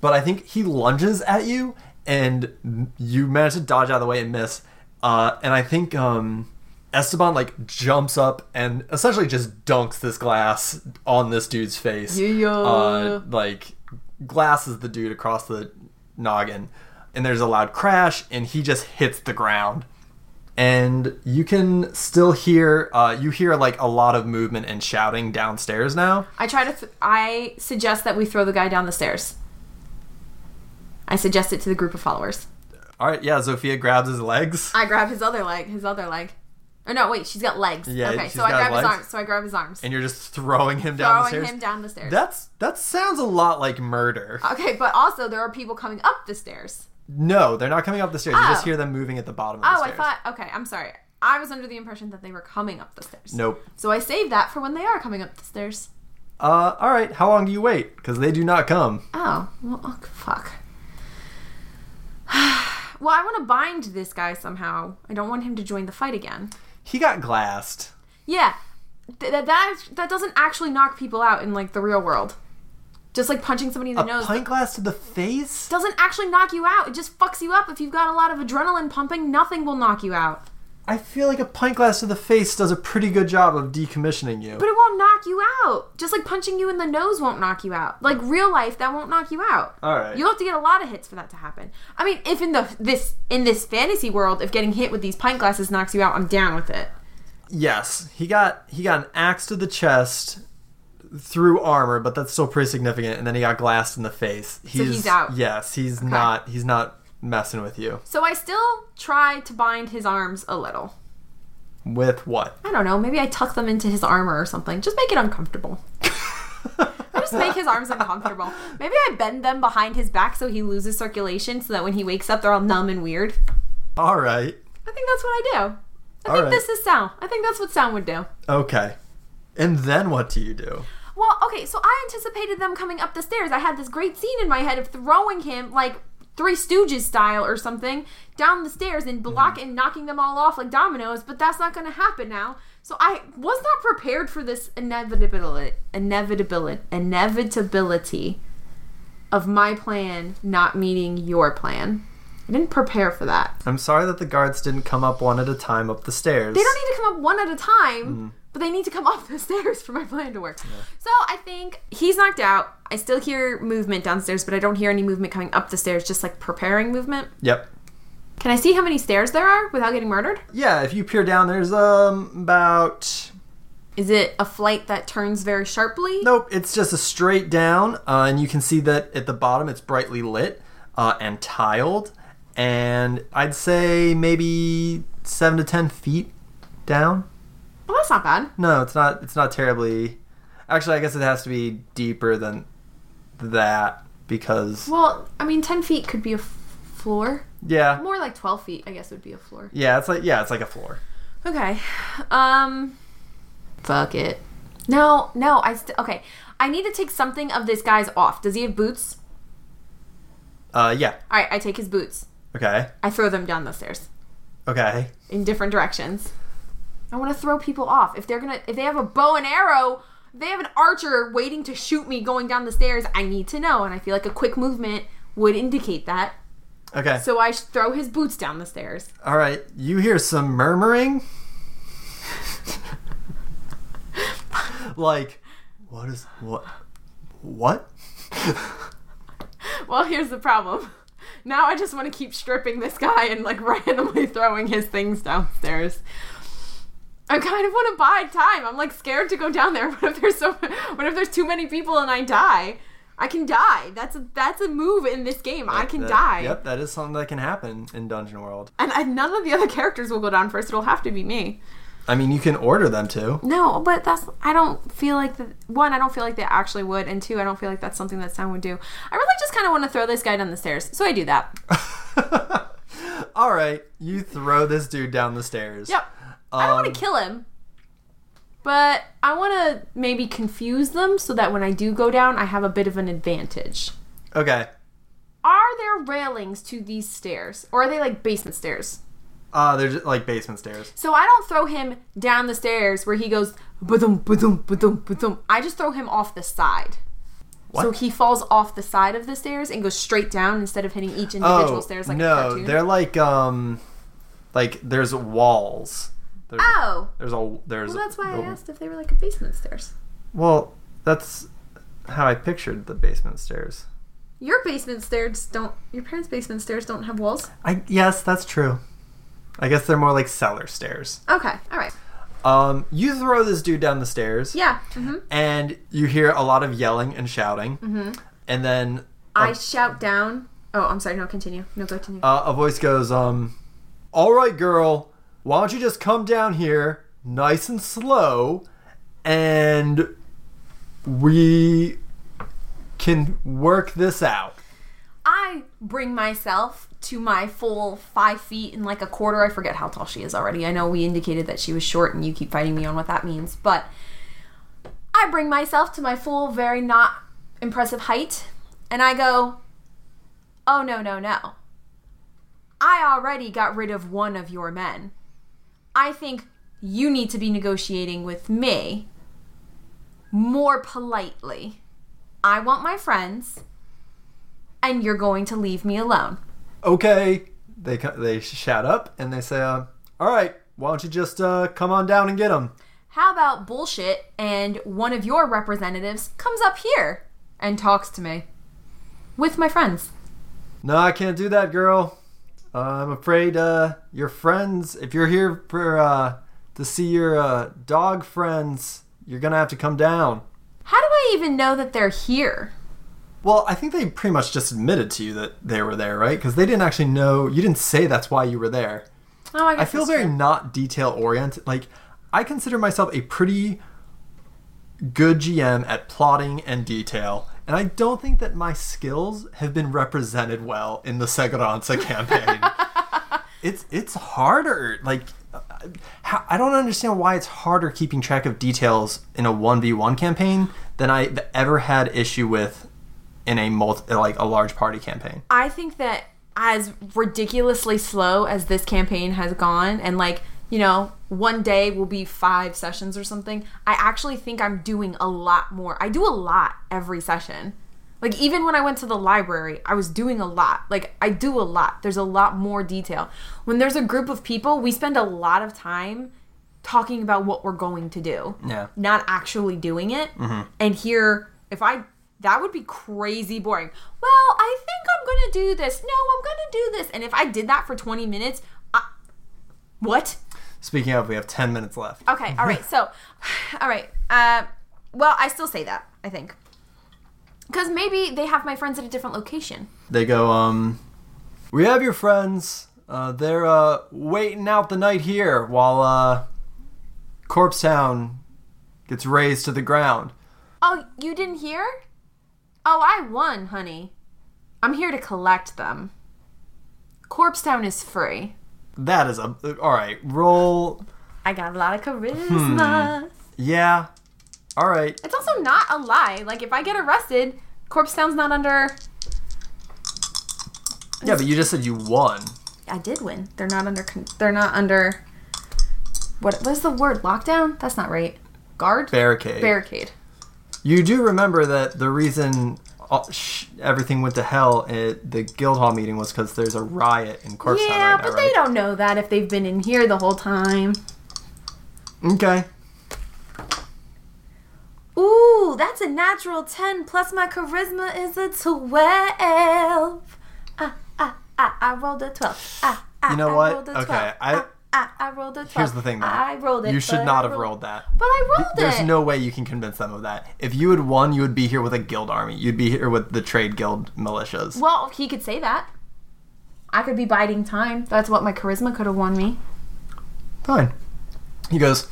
Speaker 1: but I think he lunges at you, and you manage to dodge out of the way and miss. Uh, and I think um, Esteban like jumps up and essentially just dunks this glass on this dude's face.
Speaker 2: Yeah.
Speaker 1: Uh, like glasses the dude across the noggin, and there's a loud crash, and he just hits the ground. And you can still hear uh, you hear like a lot of movement and shouting downstairs now.
Speaker 2: I try to. Th- I suggest that we throw the guy down the stairs. I suggest it to the group of followers.
Speaker 1: All right, yeah, Zofia grabs his legs.
Speaker 2: I grab his other leg. His other leg. Or no, wait. She's got legs.
Speaker 1: Yeah,
Speaker 2: okay,
Speaker 1: she's
Speaker 2: so I
Speaker 1: got
Speaker 2: grab his
Speaker 1: legs.
Speaker 2: arms. So I grab his arms.
Speaker 1: and you're just throwing him down the
Speaker 2: Throwing
Speaker 1: stairs.
Speaker 2: him down the stairs.
Speaker 1: That's that sounds a lot like murder.
Speaker 2: okay, but also there are people coming up the stairs.
Speaker 1: no, they're not coming up the stairs. You just
Speaker 2: Oh.
Speaker 1: hear them moving at the bottom of the
Speaker 2: Oh, I
Speaker 1: stairs.
Speaker 2: thought. Okay, I'm sorry. I was under the impression that they were coming up the stairs.
Speaker 1: Nope.
Speaker 2: So I save that for when they are coming up the stairs.
Speaker 1: Uh, all right, how long do you wait? Because they do not come.
Speaker 2: Oh, well, oh, fuck. <sighs> well, I want to bind this guy somehow. I don't want him to join the fight again.
Speaker 1: He got glassed.
Speaker 2: Yeah, Th- that that that doesn't actually knock people out in like the real world. Just like punching somebody in the
Speaker 1: A
Speaker 2: nose
Speaker 1: pint glass to the face.
Speaker 2: doesn't actually knock you out. It just fucks you up. If you've got a lot of adrenaline pumping, nothing will knock you out.
Speaker 1: I feel like a pint glass to the face does a pretty good job of decommissioning you.
Speaker 2: But it won't knock you out. Just like punching you in the nose won't knock you out. Like real life, that won't knock you out.
Speaker 1: All right.
Speaker 2: You'll have to get a lot of hits for that to happen. I mean, if in the this in this fantasy world, if getting hit with these pint glasses knocks you out, I'm down with it.
Speaker 1: yes, he got he got an axe to the chest through armor, but that's still pretty significant. And then he got glassed in the face. He's,
Speaker 2: he's out.
Speaker 1: Yes, he's not he's not messing with you.
Speaker 2: So I still try to bind his arms a little.
Speaker 1: With
Speaker 2: <laughs>
Speaker 1: what?
Speaker 2: I don't know, maybe I tuck them into his armor or something. Just make it uncomfortable. I just make his arms uncomfortable. Maybe I bend them behind his back so he loses circulation so that when he wakes up they're all numb and weird.
Speaker 1: <laughs> All right.
Speaker 2: I think that's what I do. I
Speaker 1: All
Speaker 2: think
Speaker 1: right.
Speaker 2: this is sound. I think that's what sound would do.
Speaker 1: Okay. And then what do you do?
Speaker 2: Well, okay, so I anticipated them coming up the stairs. I had this great scene in my head of throwing him like Three Stooges style or something down the stairs and block and knocking them all off like dominoes, but that's not going to happen now. So I was not prepared for this inevitability, inevitability, inevitability of my plan not meeting your plan. I didn't prepare for that.
Speaker 1: I'm sorry that the guards didn't come up one at a time up the stairs.
Speaker 2: They don't need to come up one at a time, but they need to come <laughs> up the stairs for my plan to work. So I think he's knocked out. I still hear movement downstairs, but I don't hear any movement coming up the stairs, just like preparing movement.
Speaker 1: Yep.
Speaker 2: Can I see how many stairs there are without getting murdered?
Speaker 1: Yeah, if you peer down, there's um about
Speaker 2: Is it a flight that turns very sharply?
Speaker 1: Nope, it's just a straight down, uh, and you can see that at the bottom it's brightly lit uh, and tiled, and I'd say maybe seven to ten feet down.
Speaker 2: Well, that's not bad.
Speaker 1: No, it's not. It's not terribly. Actually, I guess it has to be deeper than that because
Speaker 2: Well, I mean, 10 feet could be a f- floor.
Speaker 1: yeah,
Speaker 2: More like 12 feet, I guess, would be a floor.
Speaker 1: yeah, it's like yeah, it's like a floor.
Speaker 2: Okay. Um fuck it. No, no, I st- okay. I need to take something of this guy's off. Does he have boots?
Speaker 1: Uh, yeah.
Speaker 2: All right, I take his boots.
Speaker 1: Okay.
Speaker 2: I throw them down the stairs
Speaker 1: Okay.
Speaker 2: in different directions. I want to throw people off. If they're gonna, if they have a bow and arrow, if they have an archer waiting to shoot me going down the stairs. I need to know, and I feel like a quick movement would indicate that.
Speaker 1: Okay.
Speaker 2: So I throw his boots down the stairs.
Speaker 1: All right. You hear some murmuring. like, what is what? What?
Speaker 2: Well, here's the problem. <laughs> Now I just want to keep stripping this guy and like <laughs> randomly throwing his things downstairs. I kind of want to buy time. I'm like scared to go down there. <laughs> What if there's so what if there's too many people and I die? I can die. That's a that's a move in this game. I can
Speaker 1: That-
Speaker 2: die.
Speaker 1: Yep, that is something that can happen in Dungeon World.
Speaker 2: And I, none of the other characters will go down first. It'll have to be me.
Speaker 1: I mean, you can order them to.
Speaker 2: No, but that's I don't feel like the one, I don't feel like they actually would, and two, I don't feel like that's something that sound would do. I really just kind of want to throw this guy down the stairs. So I do that.
Speaker 1: <laughs> All right, you throw this dude down the stairs.
Speaker 2: Yep. I don't
Speaker 1: Um,
Speaker 2: want to kill him, but I want to maybe confuse them so that when I do go down, I have a bit of an advantage.
Speaker 1: Okay.
Speaker 2: Are there railings to these stairs, or are they like basement stairs?
Speaker 1: Uh, they're just like basement stairs.
Speaker 2: So I don't throw him down the stairs where he goes ba-dum, ba-dum, ba-dum, ba-dum. I just throw him off the side. So
Speaker 1: What?
Speaker 2: he falls off the side of the stairs and goes straight down instead of hitting each individual
Speaker 1: Oh
Speaker 2: stairs like a
Speaker 1: no,
Speaker 2: cartoon.
Speaker 1: they're like um, like there's walls. There's,
Speaker 2: Oh,
Speaker 1: there's a there's.
Speaker 2: well, that's why I
Speaker 1: the-
Speaker 2: asked if they were like a basement stairs.
Speaker 1: Well, that's how I pictured the basement stairs.
Speaker 2: Your basement stairs don't. Your parents' basement stairs don't have walls.
Speaker 1: I yes, that's true. I guess they're more like cellar stairs.
Speaker 2: Okay, all right.
Speaker 1: Um, you throw this dude down the stairs,
Speaker 2: Yeah. hmm
Speaker 1: and you hear a lot of yelling and shouting, and then
Speaker 2: I shout down. Oh, I'm sorry. No, continue. No, go continue.
Speaker 1: uh, a voice goes, um, "All right, girl, why don't you just come down here, nice and slow, and we can work this out."
Speaker 2: I bring myself to my full five feet and like a quarter. I forget how tall she is already. I know we indicated that she was short, and you keep fighting me on what that means, but I bring myself to my full, very not impressive height, and I go, "Oh no, no, no! I already got rid of one of your men. I think you need to be negotiating with me more politely. I want my friends." and you're going to leave me alone.
Speaker 1: okay. They co- they shout up and they say, uh, "All right, why don't you just uh, come on down and get them?
Speaker 2: How about bullshit and one of your representatives comes up here and talks to me with my friends?
Speaker 1: No, I can't do that, girl. Uh, I'm afraid uh, your friends, if you're here for uh, to see your uh, dog friends, you're gonna have to come down.
Speaker 2: How do I even know that they're here?
Speaker 1: Well, I think they pretty much just admitted to you that they were there, right? Because they didn't actually know. You didn't say that's why you were there.
Speaker 2: Oh, I,
Speaker 1: I
Speaker 2: guess
Speaker 1: feel
Speaker 2: that's
Speaker 1: very
Speaker 2: true.
Speaker 1: not detail oriented. Like, I consider myself a pretty good GM at plotting and detail, and I don't think that my skills have been represented well in the Seguranza
Speaker 2: <laughs>
Speaker 1: campaign. it's it's harder. Like, uh, how, I don't understand why it's harder keeping track of details in a one v one campaign than I ever had issue with in a multi, like a large party campaign.
Speaker 2: I think that as ridiculously slow as this campaign has gone, and like, you know, one day will be five sessions or something, I actually think I'm doing a lot more. I do a lot every session. Like, even when I went to the library, I was doing a lot. Like, I do a lot. There's a lot more detail. When there's a group of people, we spend a lot of time talking about what we're going to do
Speaker 1: Yeah.
Speaker 2: not actually doing it and here if i that would be crazy boring well i think i'm gonna do this no i'm gonna do this and if i did that for 20 minutes I, what
Speaker 1: Speaking of, we have ten minutes left.
Speaker 2: okay all right so <sighs> all right uh, well i still say that i think because maybe they have my friends at a different location
Speaker 1: they go um we have your friends uh they're uh waiting out the night here while uh corpse town gets razed to the ground
Speaker 2: oh you didn't hear oh i won honey i'm here to collect them corpse town is free
Speaker 1: that is a all right roll
Speaker 2: i got a lot of charisma
Speaker 1: yeah all right
Speaker 2: It's also not a lie. Like if I get arrested, corpse sounds not under.
Speaker 1: yeah but you just said you won
Speaker 2: I did win. They're not under. con- They're not under. What was the word? Lockdown? That's not right. Guard.
Speaker 1: barricade
Speaker 2: Barricade.
Speaker 1: you do remember that the reason all, sh- everything went to hell at the guildhall meeting was because there's a riot in corpse town
Speaker 2: Yeah,
Speaker 1: right
Speaker 2: but
Speaker 1: now,
Speaker 2: they
Speaker 1: right?
Speaker 2: don't know that if they've been in here the whole time.
Speaker 1: okay
Speaker 2: Ooh, that's a natural ten. Plus my charisma is a twelve. Ah ah ah! I rolled a twelve. Ah ah!
Speaker 1: You know
Speaker 2: I
Speaker 1: what?
Speaker 2: Rolled a
Speaker 1: Okay,
Speaker 2: 12.
Speaker 1: I-
Speaker 2: Ah, ah, I rolled a twelve.
Speaker 1: here's the thing though
Speaker 2: I rolled it.
Speaker 1: you should
Speaker 2: but
Speaker 1: not
Speaker 2: I
Speaker 1: have rolled that
Speaker 2: But I rolled it.
Speaker 1: There's no way you can convince them of that. If you had won, you would be here with a guild army. You'd be here with the trade guild militias.
Speaker 2: Well, he could say that. I could be biding time. That's what my charisma could have won me.
Speaker 1: Fine. He goes,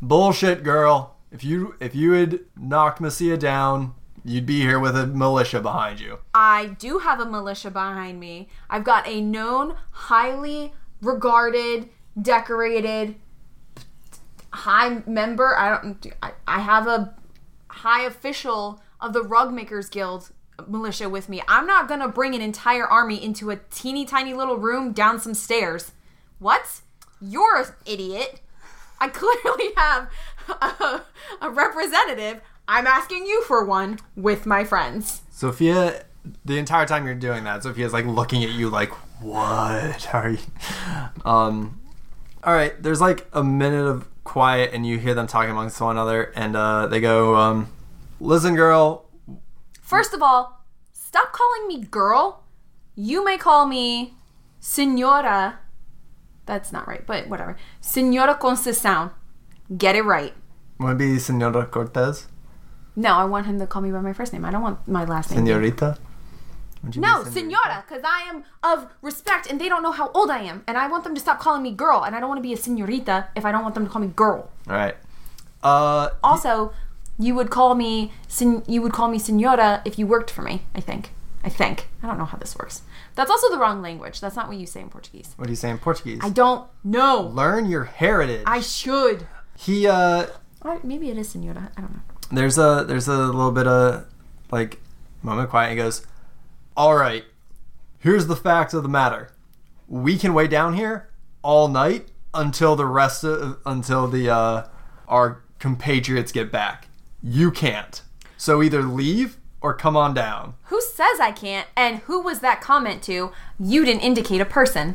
Speaker 1: bullshit, girl. If you if you had knocked Messia down, you'd be here with a militia behind you.
Speaker 2: I do have a militia behind me. I've got a known, highly regarded, decorated, high member. I don't. I, I have a high official of the Rugmakers Guild militia with me. I'm not gonna bring an entire army into a teeny tiny little room down some stairs. What? You're an idiot. I clearly have a, a representative. I'm asking you for one with my friends.
Speaker 1: Sophia, the entire time you're doing that, Sophia's like looking at you like, "What are you?" <laughs> Um, all right. There's like a minute of quiet, and you hear them talking amongst one another, and uh, they go, um, "Listen, girl,
Speaker 2: First of all, stop calling me girl. You may call me Senora. That's not right, but whatever. Senora Concession. Get it right.
Speaker 1: want to be Senora Cortez?"
Speaker 2: No, I want him to call me by my first name. I don't want my last name.
Speaker 1: Senorita? Would you
Speaker 2: No,
Speaker 1: be
Speaker 2: senora, because I am of respect and they don't know how old I am. And I want them to stop calling me girl. And I don't want to be a senorita if I don't want them to call me girl.
Speaker 1: All right. Uh,
Speaker 2: Also, you would call me sen- you would call me senora if you worked for me, I think. I think. I don't know how this works. That's also the wrong language. That's not what you say in Portuguese.
Speaker 1: what do you say in Portuguese?
Speaker 2: I don't know.
Speaker 1: Learn your heritage.
Speaker 2: I should.
Speaker 1: he uh,
Speaker 2: Or maybe it is senora. I don't know.
Speaker 1: there's a there's a little bit of like moment of quiet. He goes, "All right, here's the facts of the matter. We can wait down here all night until the rest of until the uh, our compatriots get back. You can't. So either leave or come on down."
Speaker 2: Who says I can't? And who was that comment to? You didn't indicate a person.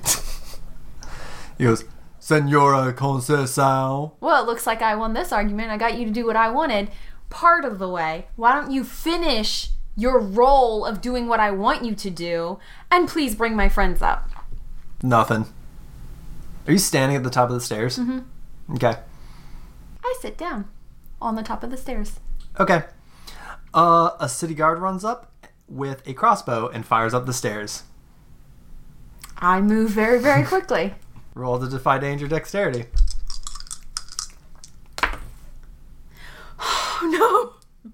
Speaker 1: He goes, Senora Concesao.
Speaker 2: <laughs> Well, it looks like I won this argument. I got you to do what I wanted part of the way. Why don't you finish your role of doing what I want you to do? And please bring my friends up.
Speaker 1: Nothing. Are you standing at the top of the stairs? Mm-hmm. Okay.
Speaker 2: I sit down on the top of the stairs.
Speaker 1: Okay. Uh, a city guard runs up with a crossbow and fires up the stairs.
Speaker 2: I move very, <laughs> very quickly.
Speaker 1: Roll to defy danger dexterity.
Speaker 2: Oh no!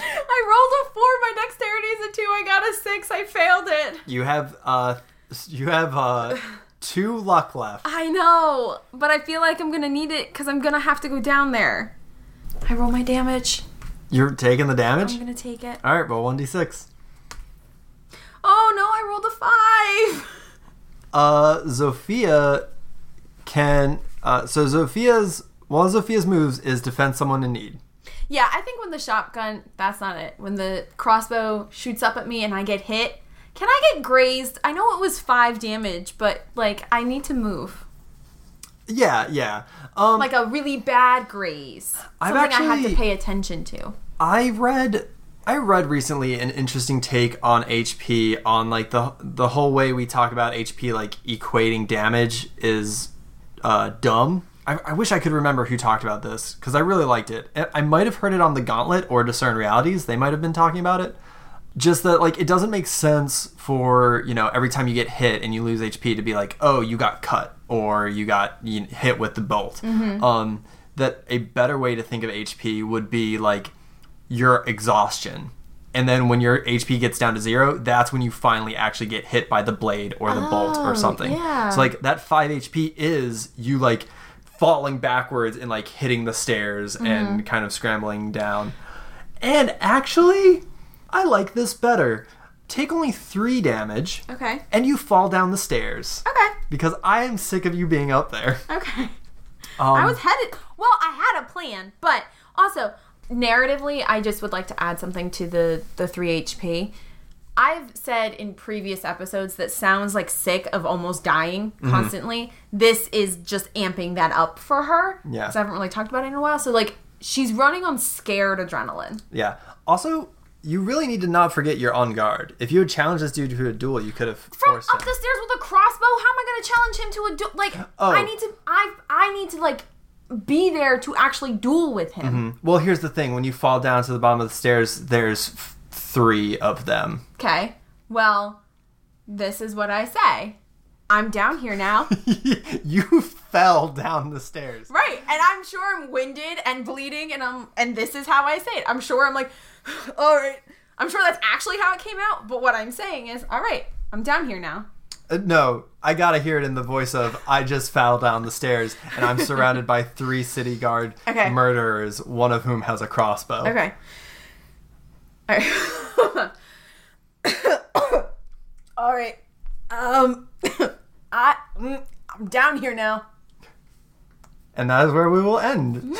Speaker 2: <laughs> I rolled a four. My dexterity is a two. I got a six. I failed it.
Speaker 1: You have uh, you have
Speaker 2: <laughs>
Speaker 1: uh, two luck left.
Speaker 2: I know, but I feel like I'm gonna need it because I'm gonna have to go down there. I roll my damage.
Speaker 1: You're taking the damage.
Speaker 2: I'm gonna take it.
Speaker 1: All right, roll one d six.
Speaker 2: Oh no! I rolled a five.
Speaker 1: Uh, Zofia can. Uh, so Zofia's one of Zofia's moves is defend someone in need.
Speaker 2: <laughs> Yeah, I think when the shotgun, that's not it. When the crossbow shoots up at me and I get hit, can I get grazed? I know it was five damage, but like I need to move.
Speaker 1: Yeah, yeah. Um,
Speaker 2: Like a really bad graze. Something
Speaker 1: I've
Speaker 2: I have
Speaker 1: actually-
Speaker 2: to pay attention to.
Speaker 1: I read I read recently an interesting take on HP on like the the whole way we talk about HP like equating damage is uh, dumb. I, I wish I could remember who talked about this because I really liked it. I- I might have heard it on the Gauntlet or Discern Realities. They might have been talking about it. Just that like it doesn't make sense for you know every time you get hit and you lose HP to be like oh you got cut or you got you hit with the bolt. Um, that a better way to think of HP would be like your exhaustion. And then when your HP gets down to zero, that's when you finally actually get hit by the blade or the bolt
Speaker 2: Oh,
Speaker 1: or something.
Speaker 2: yeah.
Speaker 1: So like that five HP is you like falling backwards and like hitting the stairs
Speaker 2: Mm-hmm.
Speaker 1: and kind of scrambling down. And actually, I like this better. Take only three damage
Speaker 2: Okay.
Speaker 1: and you fall down the stairs.
Speaker 2: Okay.
Speaker 1: Because I am sick of you being up there.
Speaker 2: Okay.
Speaker 1: Um,
Speaker 2: I was headed. Well, I had a plan, but also narratively, I just would like to add something to the the three HP. I've said in previous episodes that sounds like sick of almost dying
Speaker 1: Mm-hmm.
Speaker 2: constantly. This is just amping that up for her.
Speaker 1: Yeah.
Speaker 2: 'cause I haven't really talked about it in a while. So like, she's running on scared adrenaline.
Speaker 1: Yeah. Also, you really need to not forget you're on guard. If you had challenged this dude to a duel, you could have
Speaker 2: From
Speaker 1: forced
Speaker 2: up
Speaker 1: him.
Speaker 2: the stairs with a crossbow. How am I going to challenge him to a duel? Like,
Speaker 1: Oh.
Speaker 2: I need to. I I need to like be there to actually duel with him.
Speaker 1: Well, here's the thing: when you fall down to the bottom of the stairs, there's f- three of them. <laughs>
Speaker 2: Okay. Well, this is what I say. I'm down
Speaker 1: <laughs>
Speaker 2: here now.
Speaker 1: you fell down the stairs.
Speaker 2: right. And I'm sure I'm winded and bleeding and I'm and this is how I say it. I'm sure I'm like, <sighs> all right. I'm sure that's actually how it came out, but what I'm saying is, all right, I'm down here now.
Speaker 1: Uh, no, I gotta hear it in the voice of "I just fell down the stairs, and I'm surrounded by three city guard
Speaker 2: <laughs> Okay.
Speaker 1: murderers, one of whom has a crossbow."
Speaker 2: Okay. All right. <coughs> all right. Um <coughs> I mm, I'm down here now.
Speaker 1: And that is where we will
Speaker 2: <laughs>
Speaker 1: end.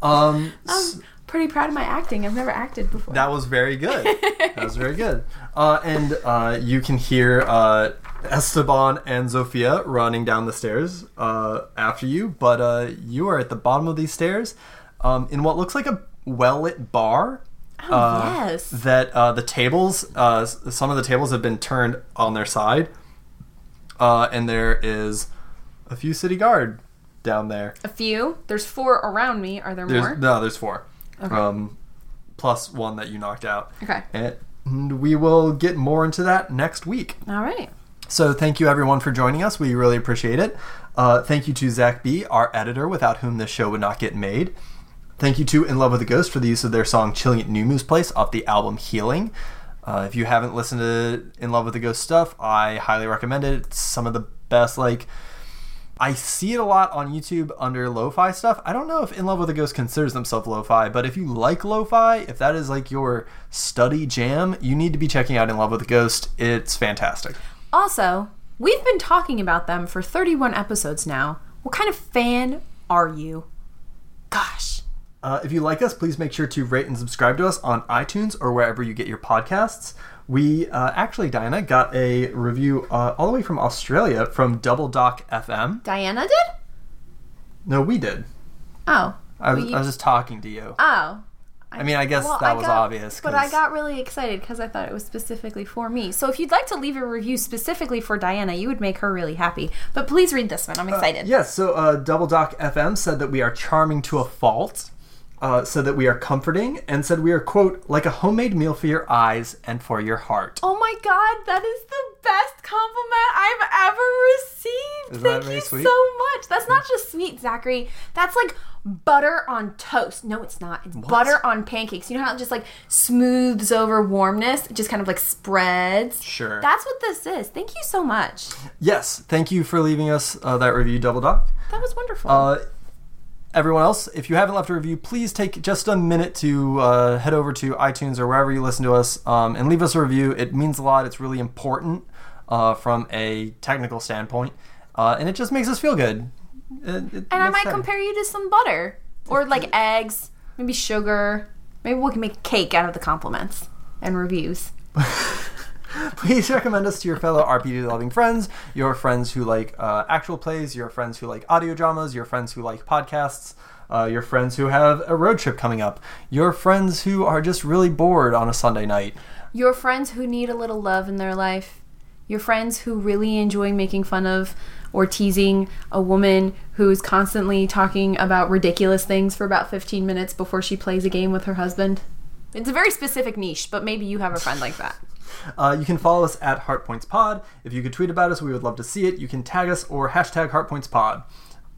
Speaker 1: Um, s-
Speaker 2: Pretty proud of my acting. I've never acted before.
Speaker 1: That was very good. that was very good. Uh, and uh, you can hear uh, Esteban and Zofia running down the stairs uh, after you, but uh, you are at the bottom of these stairs um, in what looks like a well lit bar. Oh,
Speaker 2: yes.
Speaker 1: That uh, the tables, uh, s- some of the tables have been turned on their side, uh, and there is a few city guard down there.
Speaker 2: a few. There's four around me. Are there
Speaker 1: There's,
Speaker 2: more?
Speaker 1: no, there's four. Um, plus one that you knocked out.
Speaker 2: Okay.
Speaker 1: And we will get more into that next week.
Speaker 2: All right.
Speaker 1: So thank you everyone for joining us. We really appreciate it. Uh, thank you to Zach B, our editor, without whom this show would not get made. Thank you to In Love with a Ghost for the use of their song Chilling at New Moose Place off the album Healing. Uh, if you haven't listened to In Love with a Ghost stuff, I highly recommend it. It's some of the best, like, I see it a lot on YouTube under lo-fi stuff. I don't know if In Love with a Ghost considers themselves lo-fi, but if you like lo-fi, if that is like your study jam, you need to be checking out In Love with a Ghost. It's fantastic.
Speaker 2: Also, we've been talking about them for 31 episodes now. What kind of fan are you? Gosh.
Speaker 1: Uh, if you like us, please make sure to rate and subscribe to us on iTunes or wherever you get your podcasts. We uh, actually, Diana, got a review uh, all the way from Australia from Double Doc FM.
Speaker 2: Diana did?
Speaker 1: No, we did.
Speaker 2: Oh.
Speaker 1: I was,
Speaker 2: Well, you-
Speaker 1: I was just talking to you.
Speaker 2: Oh.
Speaker 1: I mean, I guess
Speaker 2: Well,
Speaker 1: that
Speaker 2: I
Speaker 1: was
Speaker 2: got-
Speaker 1: obvious.
Speaker 2: But I
Speaker 1: 'cause-
Speaker 2: got really excited because I thought it was specifically for me. So if you'd like to leave a review specifically for Diana, you would make her really happy. But please read this one. I'm excited.
Speaker 1: Yes, so uh, Double Doc FM said that we are charming to a fault, uh, said that we are comforting, and said we are, quote, like a homemade meal for your eyes and for your heart.
Speaker 2: Oh my god, that is the best compliment I've ever received.
Speaker 1: Isn't that
Speaker 2: Thank
Speaker 1: very
Speaker 2: you
Speaker 1: sweet?
Speaker 2: so much. That's not just sweet, Zachary. That's like butter on toast. No, it's not. It's butter on pancakes. You know how it just like smooths over warmness? It just kind of like spreads.
Speaker 1: Sure.
Speaker 2: That's what this is. Thank you so much.
Speaker 1: Yes, thank you for leaving us uh, that review, Double Doc.
Speaker 2: That was wonderful.
Speaker 1: Uh, everyone else, if you haven't left a review, please take just a minute to uh, head over to iTunes or wherever you listen to us um, and leave us a review. It means a lot. It's really important uh, from a technical standpoint, uh, and it just makes us feel good.
Speaker 2: and I might compare you to some butter or like eggs, maybe sugar. Maybe we can make cake out of the compliments and reviews.
Speaker 1: <laughs> Please recommend us to your fellow RPG loving friends, your friends who like uh, actual plays, your friends who like audio dramas, your friends who like podcasts, uh, your friends who have a road trip coming up, your friends who are just really bored on a Sunday night.
Speaker 2: Your friends who need a little love in their life. Your friends who really enjoy making fun of or teasing a woman who's constantly talking about ridiculous things for about 15 minutes before she plays a game with her husband. It's a very specific niche, but maybe you have a friend like that.
Speaker 1: Uh, you can follow us at HeartPointsPod. If you could tweet about us, we would love to see it. You can tag us or hashtag HeartPointsPod.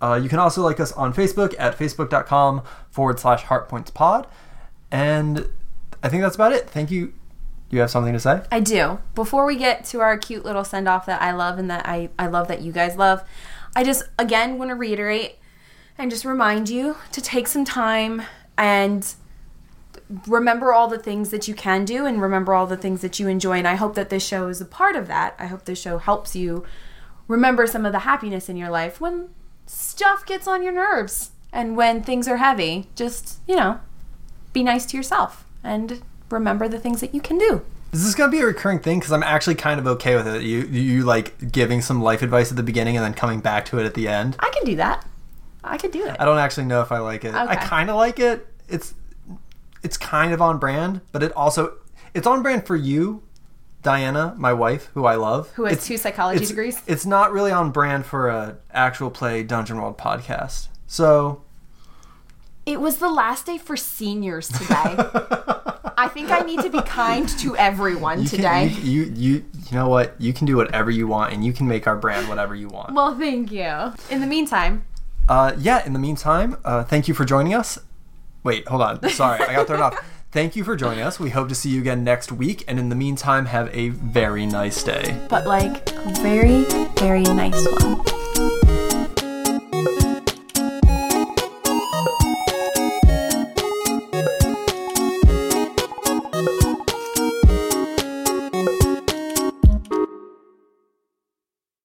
Speaker 1: Uh, you can also like us on Facebook at facebook.com forward slash HeartPointsPod. And I think that's about it. Thank you. You have something to say?
Speaker 2: I do. Before we get to our cute little send off that I love and that I, I love that you guys love, I just again want to reiterate and just remind you to take some time and remember all the things that you can do and remember all the things that you enjoy. And I hope that this show is a part of that. I hope this show helps you remember some of the happiness in your life when stuff gets on your nerves and when things are heavy. Just, you know, be nice to yourself and remember the things that you can do.
Speaker 1: Is this going to be a recurring thing? Because I'm actually kind of okay with it. You, you like giving some life advice at the beginning and then coming back to it at the end.
Speaker 2: I can do that. I could do it.
Speaker 1: I don't actually know if I like it. I
Speaker 2: Okay.
Speaker 1: kind of like it. It's it's kind of on brand, but it also it's on brand for you, Diana, my wife, who I love, who
Speaker 2: has two psychology
Speaker 1: it's,
Speaker 2: degrees.
Speaker 1: It's not really on brand for a actual play Dungeon World podcast. So
Speaker 2: It was the last day for
Speaker 1: <laughs>
Speaker 2: seniors today. I think I need to be kind to everyone
Speaker 1: you can-
Speaker 2: today.
Speaker 1: you, you you you know what? You can do whatever you want, and you can make our brand whatever you want.
Speaker 2: well, thank you. In the meantime,
Speaker 1: Uh, yeah, in the meantime, uh, thank you for joining us. Wait, hold on. Sorry, I got thrown off. Thank you for joining us. We hope to see you again next week. And in the meantime, have a very nice day.
Speaker 2: but like a very, very nice one.